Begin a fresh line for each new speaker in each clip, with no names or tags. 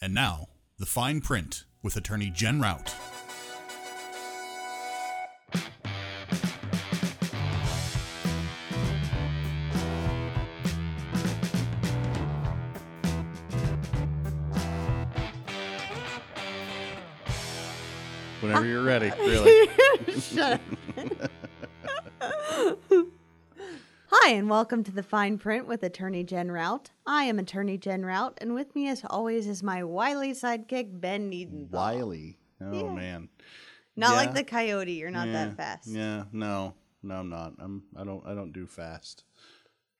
And now, the fine print with attorney Jen Rout.
Whenever you're ready, really.
Shut up. Hi, and welcome to the fine print with Attorney Jen Rout. I am Attorney Jen Rout, and with me, as always, is my wily sidekick, Ben Needon.
Wiley. Oh
Yeah.
man.
Not
yeah.
like the coyote, you're not
Yeah,
that fast.
Yeah. No. No, I'm not. I'm. I don't. I don't do fast.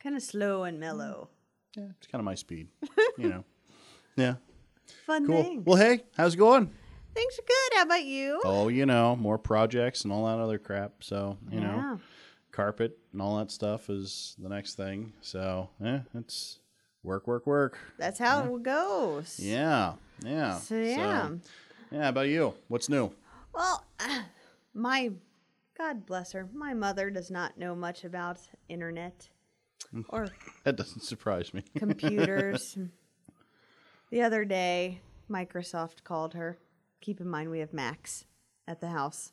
Kind of slow and mellow.
Yeah. It's kind of my speed. you know. Yeah.
Fun
Cool.
thing.
Well, hey, how's it going?
Things are good. How about you?
Oh, you know, more projects and all that other crap. So you
Yeah.
know, carpet and all that stuff is the next thing. So yeah, it's work, work, work.
That's how it goes.
Yeah. Yeah.
So, yeah.
yeah. How about you? What's new?
Well, my God bless her. My mother does not know much about internet
Mm.
or
That doesn't surprise me.
computers. the other day, Microsoft called her. Keep in mind, we have Macs at the house.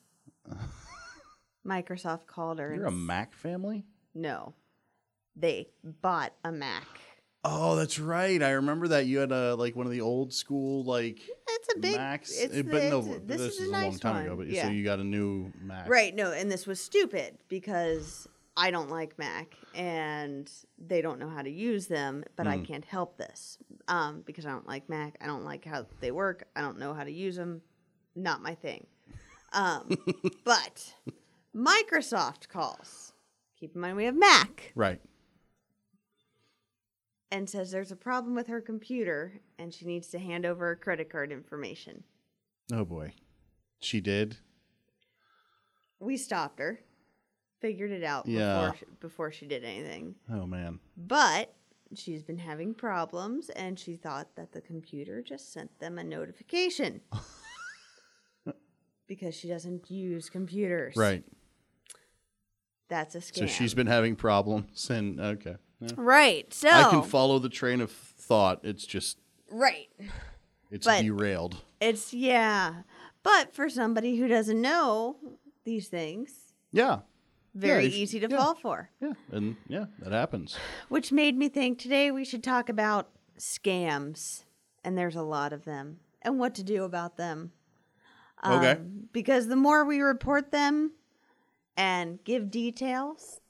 Microsoft called her.
You're a
and
Mac family.
s- no, they bought a Mac.
Oh, that's right. I remember that you had a like one of the old school like
It's a big.
Macs.
it's
eh,
the-
but no,
it's-
this, is a long
nice
time
one.
ago. But
Yeah.
so you got a new Mac,
Right, no, and this was stupid because I don't like Mac and they don't know how to use them, but I can't help this um, because I don't like Mac. I don't like how they work. I don't know how to use them. Not my thing. Um, but Microsoft calls. Keep in mind, we have Mac
Right.
and says there's a problem with her computer and she needs to hand over her credit card information.
Oh boy, she did.
We stopped her, figured it out
Yeah.
before, before she did anything.
Oh man.
But she's been having problems and she thought that the computer just sent them a notification. because she doesn't use computers.
Right.
That's a scam.
So she's been having problems, and okay, Yeah.
Right. So
I can follow the train of thought. It's just
Right.
it's
But-
derailed.
It's yeah. But for somebody who doesn't know these things,
Yeah.
very
if-
easy to
yeah.
fall for.
Yeah. And yeah, that happens.
Which made me think today we should talk about scams. And there's a lot of them and what to do about them. Um,
Okay.
Because the more we report them and give details,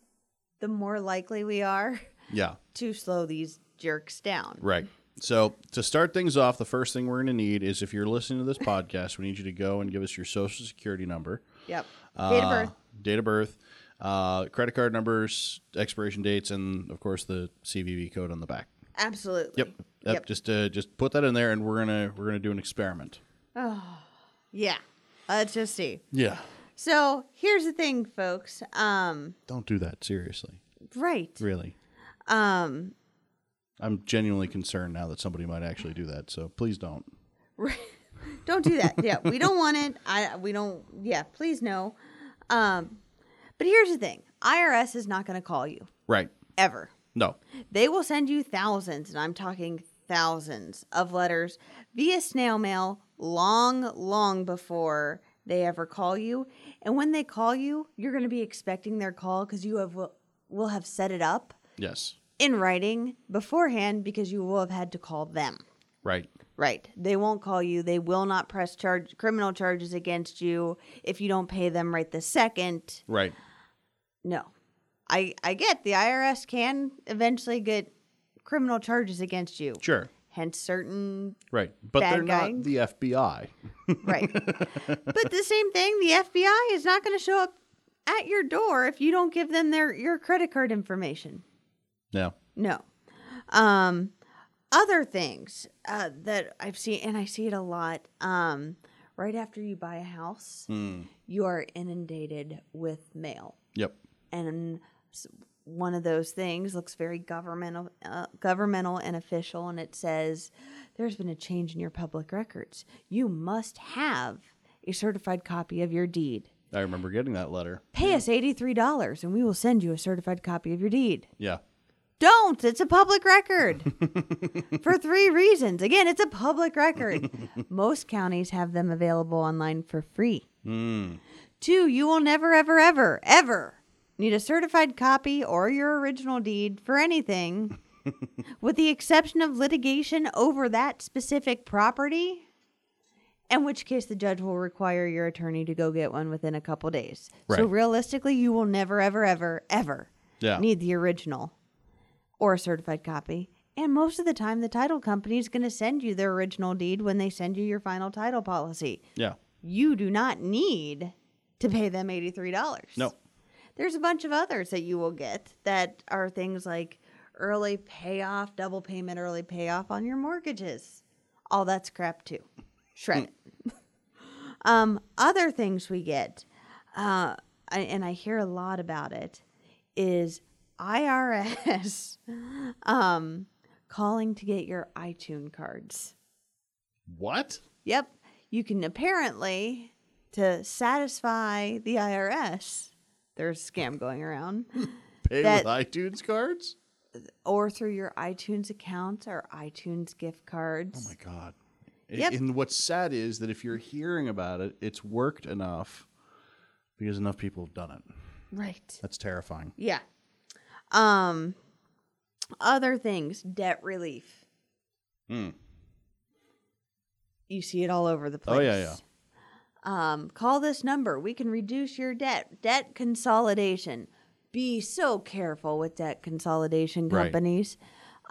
the more likely we are
Yeah.
to slow these jerks down.
Right. So to start things off, the first thing we're going to need is if you're listening to this podcast, we need you to go and give us your social security number.
Yep. Date of
uh,
birth.
date of birth, uh, credit card numbers, expiration dates, and of course the CVV code on the back.
Absolutely.
Yep. Yep.
Yep.
Just uh, just put that in there, and we're gonna we're gonna do an experiment.
Yeah. Let's just see.
Yeah.
So here's the thing, folks. Um,
Don't do that seriously.
right.
Really.
Um,
I'm genuinely concerned now that somebody might actually do that. So please don't.
Right. don't do that. Yeah, we don't want it. I we don't. Yeah, please no. Um, but here's the thing: IRS is not going to call you
Right.
ever.
No.
They will send you thousands, and I'm talking thousands of letters via snail mail, long, long before they ever call you. And when they call you, you're going to be expecting their call because you have will, will have set it up
Yes.
in writing beforehand because you will have had to call them.
Right.
Right. They won't call you. They will not press charge criminal charges against you if you don't pay them right this second.
Right.
No. I I get the IRS can eventually get criminal charges against you.
Sure.
Hence certain
Right. But
Bad
they're
guy.
not the FBI.
right. but the same thing, the FBI is not going to show up at your door if you don't give them their your credit card information.
No.
No. Um, other things uh, that I've seen, and I see it a lot. Um, right after you buy a house, you are inundated with mail,
Yep.
and s- one of those things looks very governmental, uh, governmental and official, and it says, "There's been a change in your public records. You must have a certified copy of your deed.
I remember getting that letter.
Pay us eighty-three dollars, and we will send you a certified copy of your deed."
Yeah.
Don't. It's a public record for three reasons. Again, it's a public record. Most counties have them available online for free.
Mm.
Two, you will never, ever, ever, ever need a certified copy or your original deed for anything, with the exception of litigation over that specific property. In which case, the judge will require your attorney to go get one within a couple days. So,
Right.
realistically, you will never, ever, ever, ever
Yeah.
need the original or a certified copy. And most of the time, the title company is going to send you their original deed when they send you your final title policy.
yeah.
You do not need to pay them $83.
No.
There's a bunch of others that you will get that are things like early payoff, double payment, early payoff on your mortgages. All that's crap too. Shred it. um, other things we get, uh, I- and I hear a lot about it, is IRS um, calling to get your iTunes cards.
What?
Yep. You can apparently, to satisfy the IRS, there's a scam going around,
Pay
That-
with iTunes cards?
or through your iTunes account or iTunes gift cards.
Oh my god.
Yep.
And what's sad is that if you're hearing about it, it's worked enough because enough people have done it.
right.
That's terrifying.
Yeah. Um, other things, debt relief.
Hmm.
You see it all over the place.
Oh, yeah, yeah.
Um, call this number. We can reduce your debt. Debt consolidation. Be so careful with debt consolidation
Right.
companies.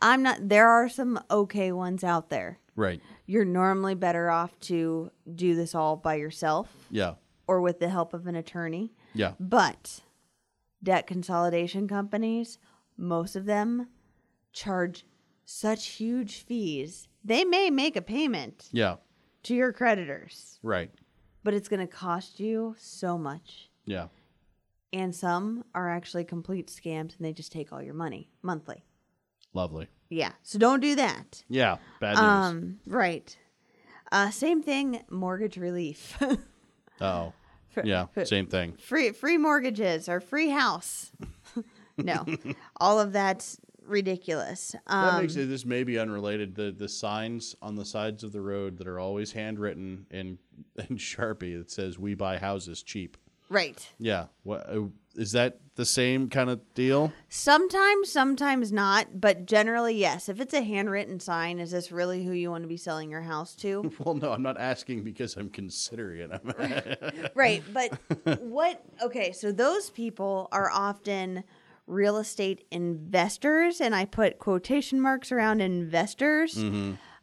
I'm not. There are some okay ones out there.
Right.
You're normally better off to do this all by yourself
Yeah.
or with the help of an attorney.
Yeah.
But debt consolidation companies, most of them charge such huge fees. They may make a payment
Yeah.
to your creditors,
Right.
but it's going to cost you so much.
Yeah.
And some are actually complete scams and they just take all your money monthly.
Lovely.
Yeah. So don't do that.
Yeah. Bad news.
Um, right. Uh, same thing, mortgage relief.
Oh.
for-
Yeah.
for-
Same thing.
free free mortgages or free house. no, all of that's ridiculous.
That
Um,
makes it, this may be unrelated. The the signs on the sides of the road that are always handwritten in in Sharpie that says "We buy houses cheap."
right.
Yeah. What uh, is that the same kind of deal?
Sometimes, sometimes not, but generally yes. If it's a handwritten sign, is this really who you want to be selling your house to?
Well, no, I'm not asking because I'm considering it. I'm-
right. But what? Okay, so those people are often real estate investors, and I put quotation marks around investors.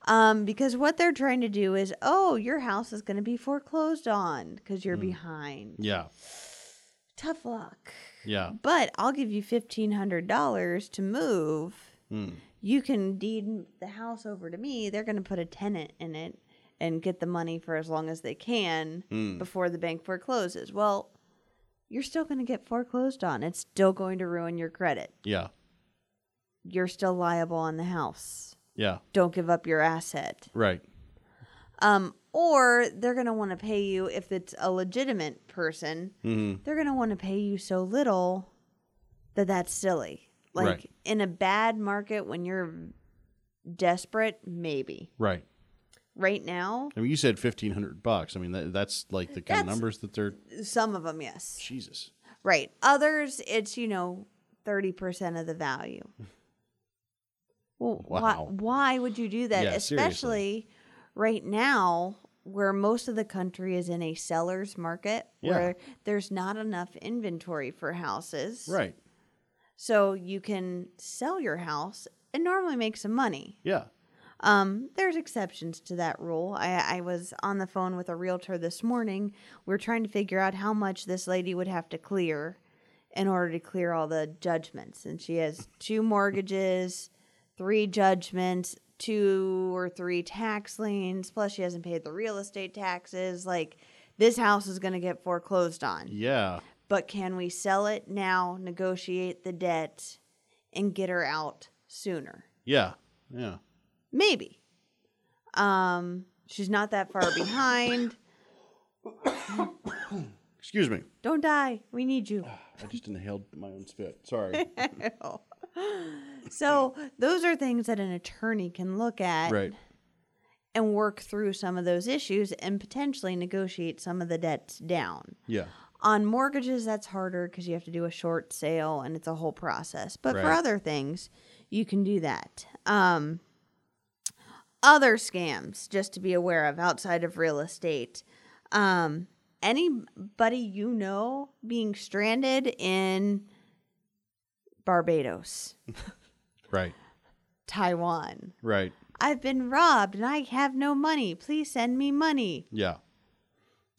Um, because what they're trying to do is, oh, your house is going to be foreclosed on because you're behind.
yeah.
tough luck.
Yeah.
But I'll give you fifteen hundred dollars to move. You can deed the house over to me. They're going to put a tenant in it and get the money for as long as they can before the bank forecloses. Well, you're still going to get foreclosed on. It's still going to ruin your credit.
Yeah.
You're still liable on the house.
Yeah.
Don't give up your asset.
Right.
Um, or they're going to want to pay you if it's a legitimate person. They're going to want to pay you so little that that's silly. Like
Right.
in a bad market when you're desperate, maybe.
Right.
Right now,
I mean, you said fifteen hundred bucks. I mean, that, that's like the kind of
That's-
numbers that they're.
some of them, yes.
Jesus.
Right. Others, it's, you know, 30% of the value. Well,
Wow.
why, why would you do that?
Yeah,
Especially
seriously.
right now, where most of the country is in a seller's market
Yeah.
where there's not enough inventory for houses.
Right.
So you can sell your house and normally make some money.
Yeah.
Um, there's exceptions to that rule. I, I was on the phone with a realtor this morning. We are trying to figure out how much this lady would have to clear in order to clear all the judgments. And she has two mortgages, three judgments, two or three tax liens, plus she hasn't paid the real estate taxes. Like, this house is going to get foreclosed on.
Yeah.
But can we sell it now, negotiate the debt, and get her out sooner?
Yeah. Yeah.
Maybe. Um, she's not that far behind.
Excuse me.
Don't die. We need you.
I just inhaled my own spit. Sorry.
So those are things that an attorney can look at
Right.
and work through some of those issues and potentially negotiate some of the debts down.
Yeah.
On mortgages, that's harder because you have to do a short sale and it's a whole process. But for
Right.
other things, you can do that. Um, other scams, just to be aware of outside of real estate. Um, anybody you know being stranded in Barbados,
Right.
Taiwan.
Right.
I've been robbed and I have no money. Please send me money.
Yeah.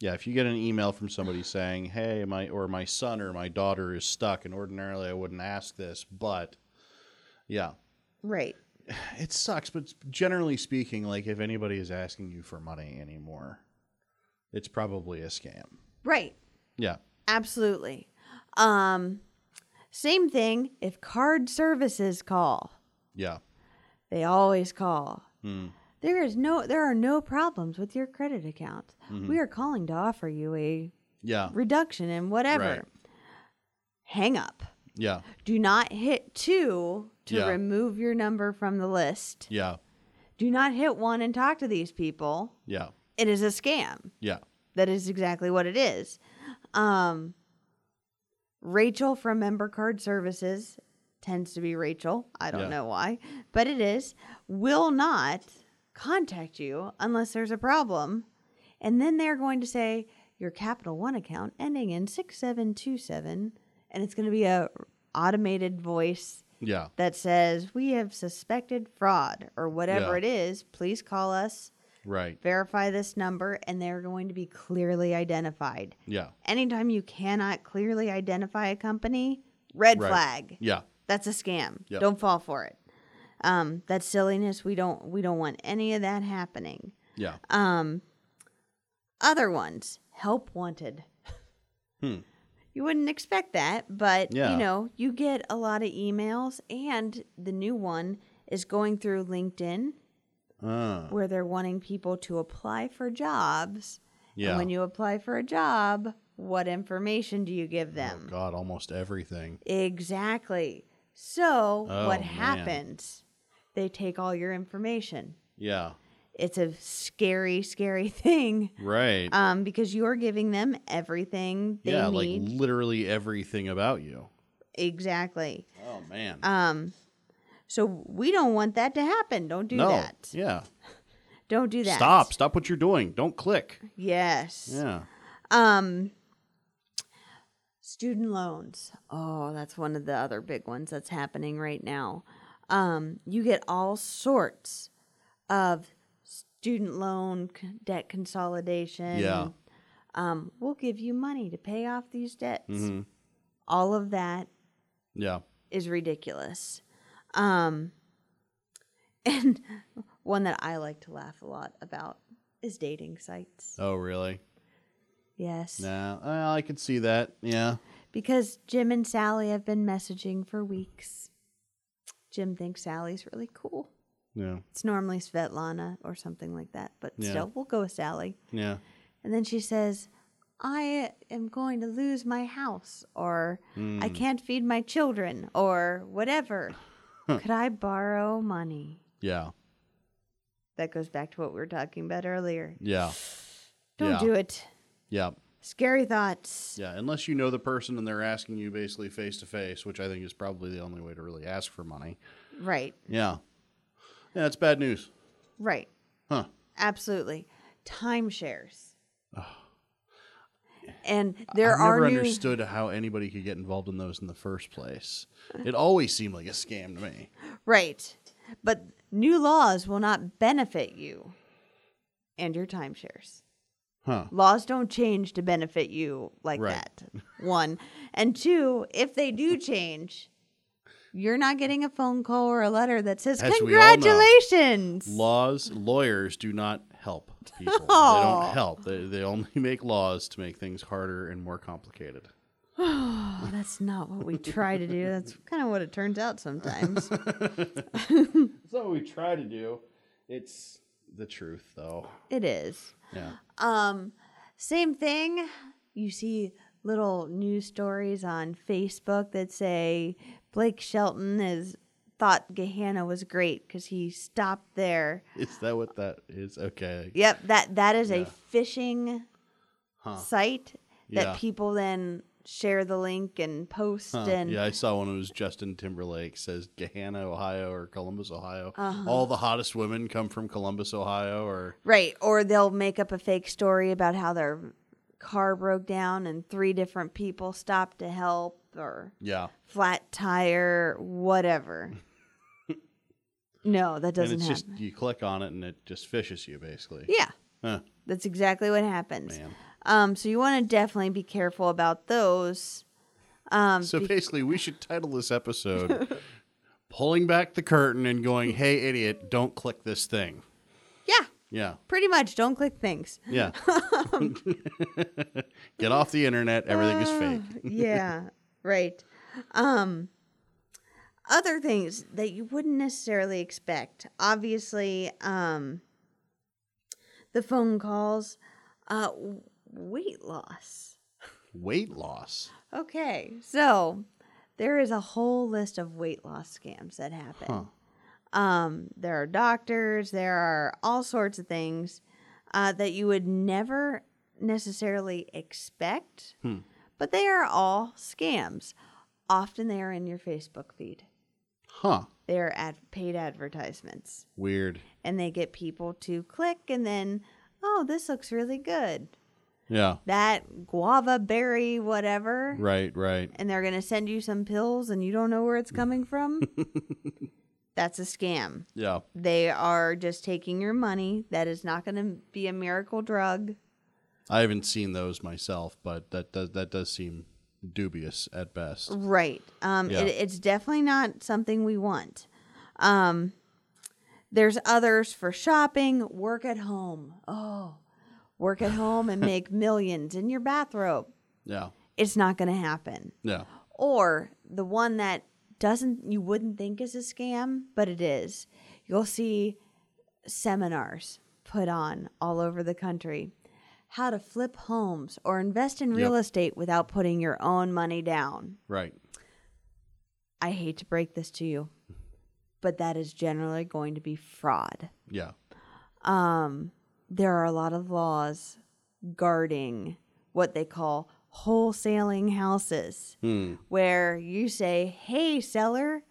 Yeah, if you get an email from somebody saying, "Hey, my or my son or my daughter is stuck," and ordinarily I wouldn't ask this, but yeah,
Right.
it sucks. But generally speaking, like if anybody is asking you for money anymore, it's probably a scam.
Right.
Yeah,
Absolutely. Um, same thing if card services call.
yeah,
They always call.
Hmm.
There is no there are no problems with your credit account.
Mm-hmm.
We are calling to offer you a
yeah,
reduction in whatever.
Right.
Hang up.
yeah,
Do not hit 2 to
Yeah.
remove your number from the list.
yeah,
Do not hit 1 and talk to these people.
yeah,
It is a scam.
yeah.
That is exactly what it is. Um, Rachel from Member Card Services tends to be Rachel. I don't
Yeah.
know why, but it is. Will not contact you unless there's a problem. And then they're going to say your Capital One account ending in 6727. And it's going to be a automated voice
Yeah.
that says, We have suspected fraud or whatever
Yeah.
it is. Please call us
Right.
verify this number and they're going to be clearly identified.
Yeah.
Anytime you cannot clearly identify a company, red
Right.
flag.
Yeah.
That's a scam.
Yep.
Don't fall for it. Um, that's silliness. We don't we don't want any of that happening.
Yeah.
Um, other ones, help wanted.
Hmm.
You wouldn't expect that, but
Yeah.
you know, you get a lot of emails and the new one is going through LinkedIn
Uh,
where they're wanting people to apply for jobs.
yeah.
And when you apply for a job, what information do you give
oh
them?
God, almost everything.
exactly. So,
Oh,
what
man.
happens? They take all your information.
Yeah.
It's a scary, scary thing
Right.
um, because you're giving them everything they
yeah,
need.
like literally everything about you.
exactly.
Oh man.
Um, so, we don't want that to happen. Don't do
no.
that.
Yeah.
Don't do that.
Stop. Stop what you're doing. Don't click.
Yes.
Yeah.
Um, student loans. Oh, that's one of the other big ones that's happening right now. Um, you get all sorts of student loan c- debt consolidation.
Yeah.
Um, we'll give you money to pay off these debts. All of that
Yeah.
is ridiculous. Um, and one that I like to laugh a lot about is dating sites.
Oh really?
Yes.
Nah. Well, I could see that. Yeah.
Because Jim and Sally have been messaging for weeks. Jim thinks Sally's really cool.
Yeah.
It's normally Svetlana or something like that, but
Yeah.
still, we'll go with Sally.
Yeah.
And then she says, I am going to lose my house, or
Hmm.
I can't feed my children, or whatever. Could I borrow money?
Yeah.
That goes back to what we were talking about earlier.
Yeah.
Don't
Yeah.
do it.
Yeah.
Scary thoughts.
Yeah. Unless you know the person and they're asking you basically face to face, which I think is probably the only way to really ask for money.
Right,
Yeah. Yeah, that's bad news.
right.
Huh.
Absolutely. Timeshares. And there
I've
are
never
new,
understood how anybody could get involved in those in the first place. It always seemed like a scam to me.
right, but new laws will not benefit you and your timeshares.
Huh.
Laws don't change to benefit you like
Right.
that. One and two. If they do change, you're not getting a phone call or a letter that says
As we all know,
congratulations.
Laws, lawyers do not help people. They
Aw.
don't help. They, they only make laws to make things harder and more complicated.
Oh, that's not what we try to do. That's kind of what it turns out sometimes.
It's not what we try to do. It's the truth, though.
it is.
Yeah.
Um, same thing. You see little news stories on Facebook that say Blake Shelton is thought Gehenna was great because he stopped there.
Is that what that is? Okay.
Yep that that is
Yeah.
a fishing
Huh.
site that
Yeah.
people then share the link and post
Huh.
and
yeah, I saw one. It was Justin Timberlake says Gahanna, Ohio, or Columbus, Ohio.
Uh-huh.
All the hottest women come from Columbus, Ohio, or
Right. Or they'll make up a fake story about how their car broke down and three different people stopped to help or
yeah.
flat tire, whatever. no, that doesn't
and it's
happen.
just you click on it and it just fishes you basically.
yeah.
Huh.
That's exactly what happens.
Man.
Um, so you want to definitely be careful about those. Um,
So basically, we should title this episode "Pulling Back the Curtain" and going, "Hey, idiot, don't click this thing."
Yeah.
Yeah,
Pretty much. Don't click things.
yeah. Get off the internet. Everything is
Ah.
fake.
yeah, right. Um, other things that you wouldn't necessarily expect. Obviously, um, the phone calls, uh, w- weight loss.
Weight loss.
Okay, so there is a whole list of weight loss scams that happen. Um, there are doctors, there are all sorts of things uh, that you would never necessarily expect, but they are all scams. Often they are in your Facebook feed.
Huh.
They are ad- paid advertisements,
Weird.
and they get people to click and then, oh, this looks really good.
Yeah.
That guava berry, whatever
Right. Right.
and they're going to send you some pills and you don't know where it's coming from, that's a scam.
Yeah.
They are just taking your money. That is not going to be a miracle drug.
I haven't seen those myself, but that does that does seem dubious at best.
Right. Um,
Yeah.
it, it's definitely not something we want. Um, there's others for shopping, work at home. Oh, work at home and make millions in your bathrobe.
Yeah.
It's not going to happen.
Yeah.
or the one that doesn't you wouldn't think is a scam but it is you'll see seminars put on all over the country how to flip homes or invest in real
Yep.
estate without putting your own money down
Right.
i hate to break this to you but that is generally going to be fraud
Yeah.
um, there are a lot of laws guarding what they call wholesaling houses, where you say, "Hey, seller,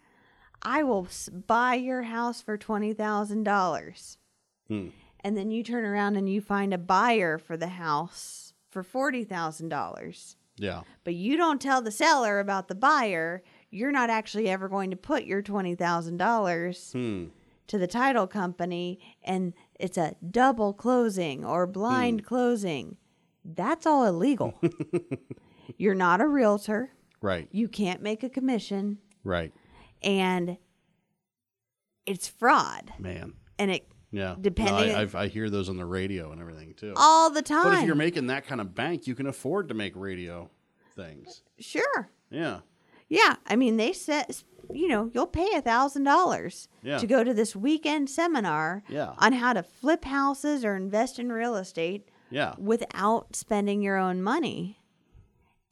I will s- buy your house for twenty thousand dollars,"
Hmm.
and then you turn around and you find a buyer for the house for forty thousand dollars,
Yeah.
but you don't tell the seller about the buyer. You're not actually ever going to put your twenty thousand dollars
Hmm.
to the title company and it's a double closing or
Hmm.
blind closing, that's all illegal. You're not a realtor.
Right.
You can't make a commission
Right.
and it's fraud.
Man.
And it
Yeah. No,
Depending-
I, I've, I hear those on the radio and everything too.
all the time.
But if you're making that kind of bank, you can afford to make radio things.
sure.
Yeah.
Yeah. I mean, they said, you know, you'll pay a $1,000
Yeah.
to go to this weekend seminar
Yeah.
on how to flip houses or invest in real estate.
Yeah.
without spending your own money.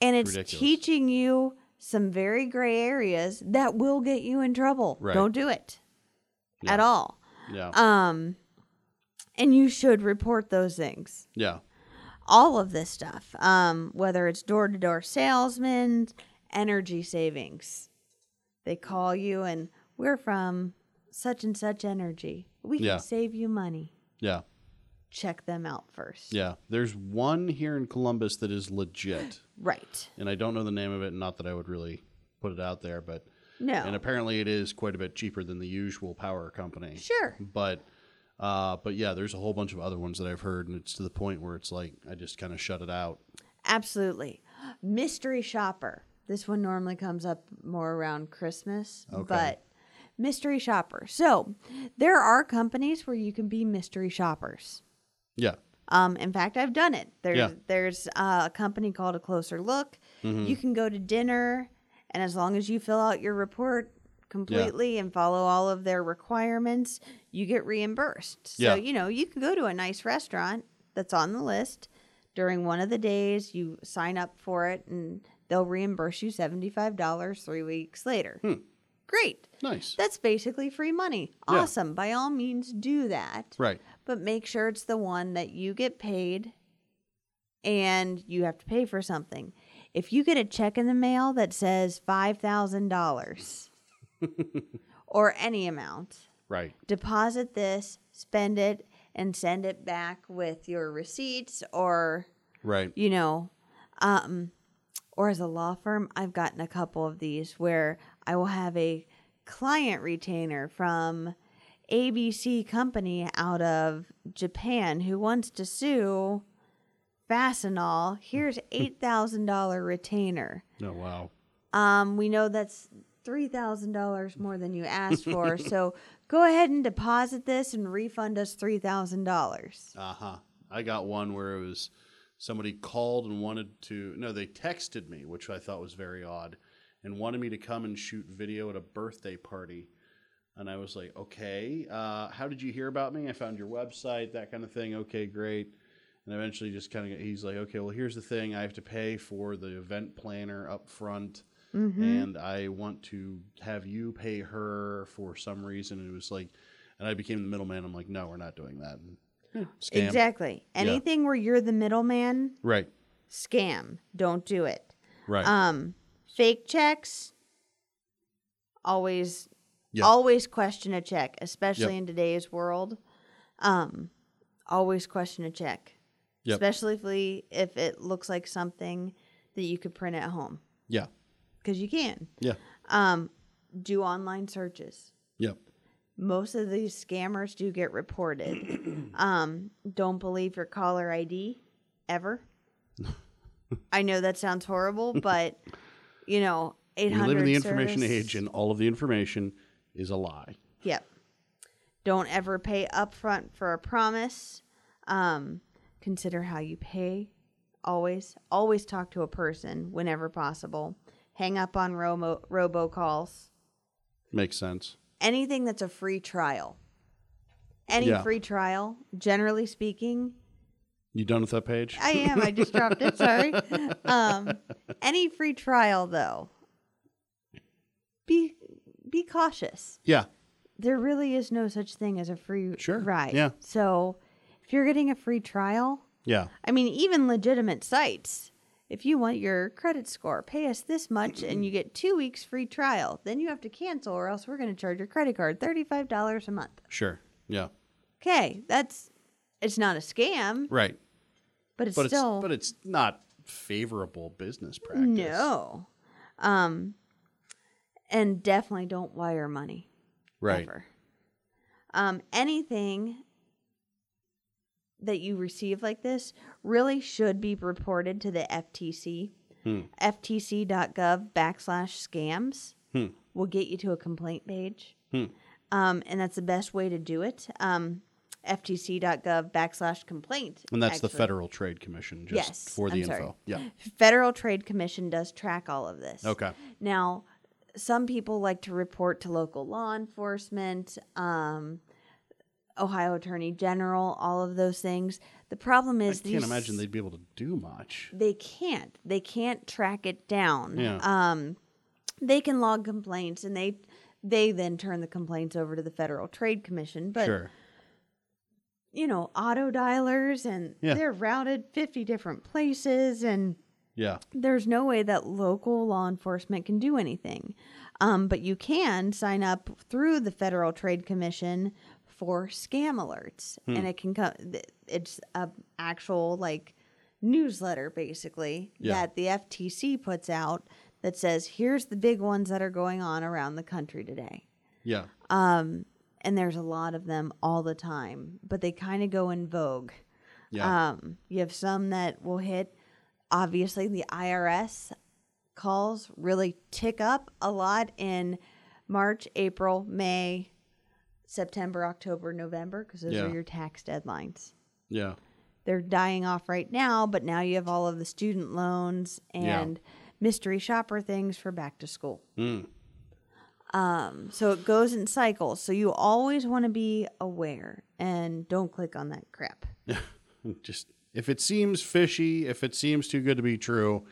And it's
Ridiculous.
teaching you some very gray areas that will get you in trouble.
Right.
Don't do it
Yeah.
at all.
Yeah.
Um, and you should report those things.
yeah.
All of this stuff, um, whether it's door to door salesmen, energy savings. They call you and we're from such and such energy. We
Yeah.
can save you money.
Yeah.
Check them out first.
Yeah. There's one here in Columbus that is legit,
Right.
and I don't know the name of it. Not that I would really put it out there, but
No.
and apparently it is quite a bit cheaper than the usual power company.
Sure.
But uh, but yeah, there's a whole bunch of other ones that I've heard, and it's to the point where it's like I just kind of shut it out.
Absolutely. Mystery shopper. This one normally comes up more around Christmas, but mystery shopper. So there are companies where you can be mystery shoppers.
Yeah.
Um, in fact, I've done it. There's
Yeah. Mm-hmm.
there's uh, a company called A Closer Look. You can go to dinner, and as long as you fill out your report completely and follow all of their requirements, you get reimbursed. So
Yeah.
you know you can go to a nice restaurant that's on the list during one of the days. You sign up for it, and they'll reimburse you seventy five dollars three weeks later. Great.
Nice.
That's basically free money.
Hmm. Yeah.
Awesome. By all means, do that.
right.
But make sure it's the one that you get paid and you have to pay for something. If you get a check in the mail that says $5,000 or any amount,
Right.
deposit this, spend it, and send it back with your receipts or
Right.
you know, um, or as a law firm, I've gotten a couple of these where I will have a client retainer from ABC company out of Japan who wants to sue Fastenal. Here's eight thousand dollar retainer.
Oh wow.
Um, we know that's three thousand dollars more than you asked for, so go ahead and deposit this and refund us three thousand dollars.
Uh huh. I got one where it was somebody called and wanted to. No, they texted me, which I thought was very odd, and wanted me to come and shoot video at a birthday party. And I was like, okay, uh, how did you hear about me? I found your website, that kind of thing. Okay, great. And eventually, just kind of, he's like, okay, well, here's the thing I have to pay for the event planner up front.
Mm-hmm.
And I want to have you pay her for some reason. And it was like, and I became the middleman. I'm like, no, we're not doing that. Scam.
Exactly. Anything where you're the middleman,
Right.
scam. Don't do it.
Right.
Um, fake checks. Always,
Yeah.
always question a check, especially
Yep.
in today's world. Um, always question a check,
Yep.
especially if it looks like something that you could print at home
yeah.
because you can.
Yeah.
Um, do online searches.
Yep.
Most of these scammers do get reported. um, don't believe your caller ID ever. I know that sounds horrible, but you know, eight
We
hundred.
live in the information age, and all of the information is a lie.
Yep. Don't ever pay upfront for a promise. Um, consider how you pay. Always, always talk to a person whenever possible. Hang up on robo robocalls.
Makes sense.
anything that's a free trial. Any
Yeah.
free trial, generally speaking,
You done with that page?
I am. I just dropped it. Sorry. Um, any free trial, though, be be cautious.
yeah.
There really is no such thing as a free
Sure.
ride.
Yeah.
So if you're getting a free trial,
Yeah.
I mean, even legitimate sites. If you want your credit score, pay us this much and you get two weeks free trial. Then you have to cancel, or else we're going to charge your credit card $35 a month.
Sure. Yeah.
okay, that's it's not a scam,
Right.
but it's
But it's
still
but it's not favorable business practice.
no. Um, and definitely don't wire money
Right.
ever. Um, anything that you receive like this really should be reported to the FTC.
Hmm.
FTC.gov backslash scams
Hmm.
will get you to a complaint page. Um, and that's the best way to do it. Um, FTC.gov backslash complaint.
And that's the
actually.
Federal Trade Commission. Just
Yes,
For the
I'm sorry.
info. Yeah.
Federal Trade Commission does track all of this.
Okay.
Now, some people like to report to local law enforcement, um, Ohio Attorney General, all of those things. The problem
I
is
can't
these,
imagine they'd be able to do much.
they can't. They can't track it down.
Yeah.
Um, they can log complaints, and they they then turn the complaints over to the Federal Trade Commission. But
sure.
you know, auto dialers, and
Yeah.
they're routed fifty different places, and
Yeah.
there's no way that local law enforcement can do anything. Um, but you can sign up through the Federal Trade Commission for scam alerts, and it can come. It's a actual like newsletter basically
Yeah.
that the FTC puts out that says here's the big ones that are going on around the country today.
Yeah.
And there's a lot of them all the time, but they kind of go in vogue.
Yeah.
Um, you have some that will hit. Obviously, the IRS calls really tick up a lot in March, April, May, September, October, November, because those
Yeah.
are your tax deadlines.
yeah.
They're dying off right now, but now you have all of the student loans
Yeah.
and mystery shopper things for back to school.
Mm.
Um, so it goes in cycles. So you always want to be aware and don't click on that crap.
just if it seems fishy, if it seems too good to be true,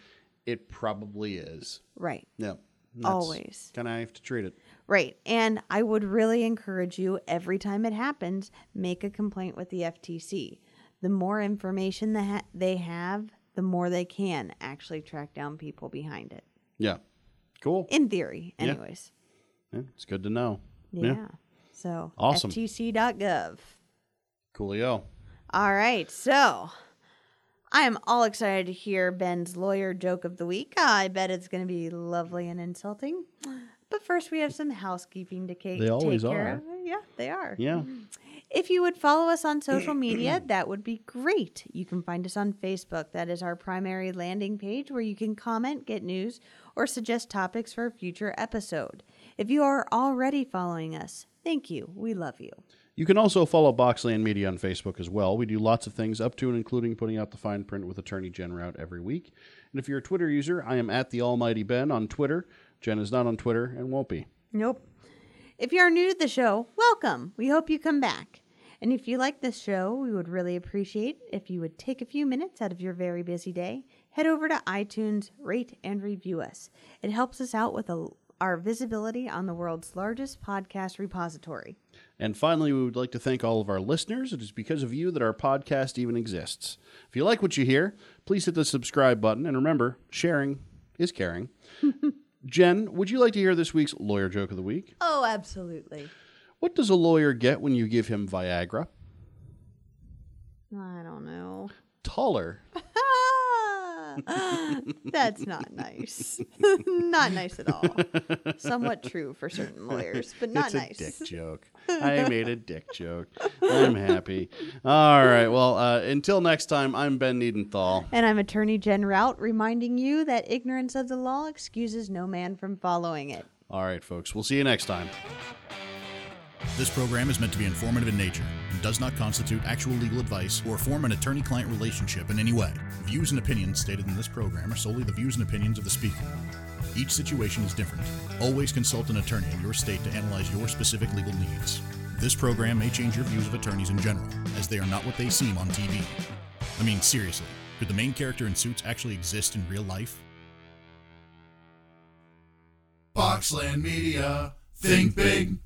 it probably is.
Right.
Yeah. And that's
Always.
Kind of how you have to treat it.
Right. And I would really encourage you every time it happens, make a complaint with the FTC. The more information that ha- they have, the more they can actually track down people behind it.
Yeah. Cool.
In theory,
Yeah.
anyways.
Yeah, it's good to know.
Yeah. So
Awesome.
FTC.gov.
Coolio.
All right. So I am all excited to hear Ben's lawyer joke of the week. I bet it's going to be lovely and insulting. But first, we have some housekeeping to ca-
They always
take care
are.
of. Yeah, they are.
Yeah.
If you would follow us on social media, that would be great. You can find us on Facebook. That is our primary landing page where you can comment, get news, or suggest topics for a future episode. If you are already following us, thank you. We love you.
You can also follow Boxland Media on Facebook as well. We do lots of things up to and including putting out the fine print with Attorney Jen Rout every week. And if you're a Twitter user, I am at the Almighty Ben on Twitter. Jen is not on Twitter and won't be.
Nope. If you are new to the show, welcome. We hope you come back. And if you like this show, we would really appreciate if you would take a few minutes out of your very busy day, head over to iTunes, rate and review us. It helps us out with a, our visibility on the world's largest podcast repository.
And finally, we would like to thank all of our listeners. It is because of you that our podcast even exists. If you like what you hear, please hit the subscribe button. And remember, sharing is caring. Jen, would you like to hear this week's lawyer joke of the week?
Oh, absolutely.
What does a lawyer get when you give him Viagra?
I don't know.
Taller.
That's not nice. not nice at all. Somewhat true for certain lawyers, but not
it's
nice.
a dick joke. I made a dick joke. I'm happy. All right. Well, uh, until next time, I'm Ben Needenthal.
And I'm Attorney Jen Rout reminding you that ignorance of the law excuses no man from following it.
All right, folks. We'll see you next time.
This program is meant to be informative in nature and does not constitute actual legal advice or form an attorney client relationship in any way. Views and opinions stated in this program are solely the views and opinions of the speaker. Each situation is different. Always consult an attorney in your state to analyze your specific legal needs. This program may change your views of attorneys in general, as they are not what they seem on TV. I mean, seriously, could the main character in Suits actually exist in real life? Boxland Media. Think big.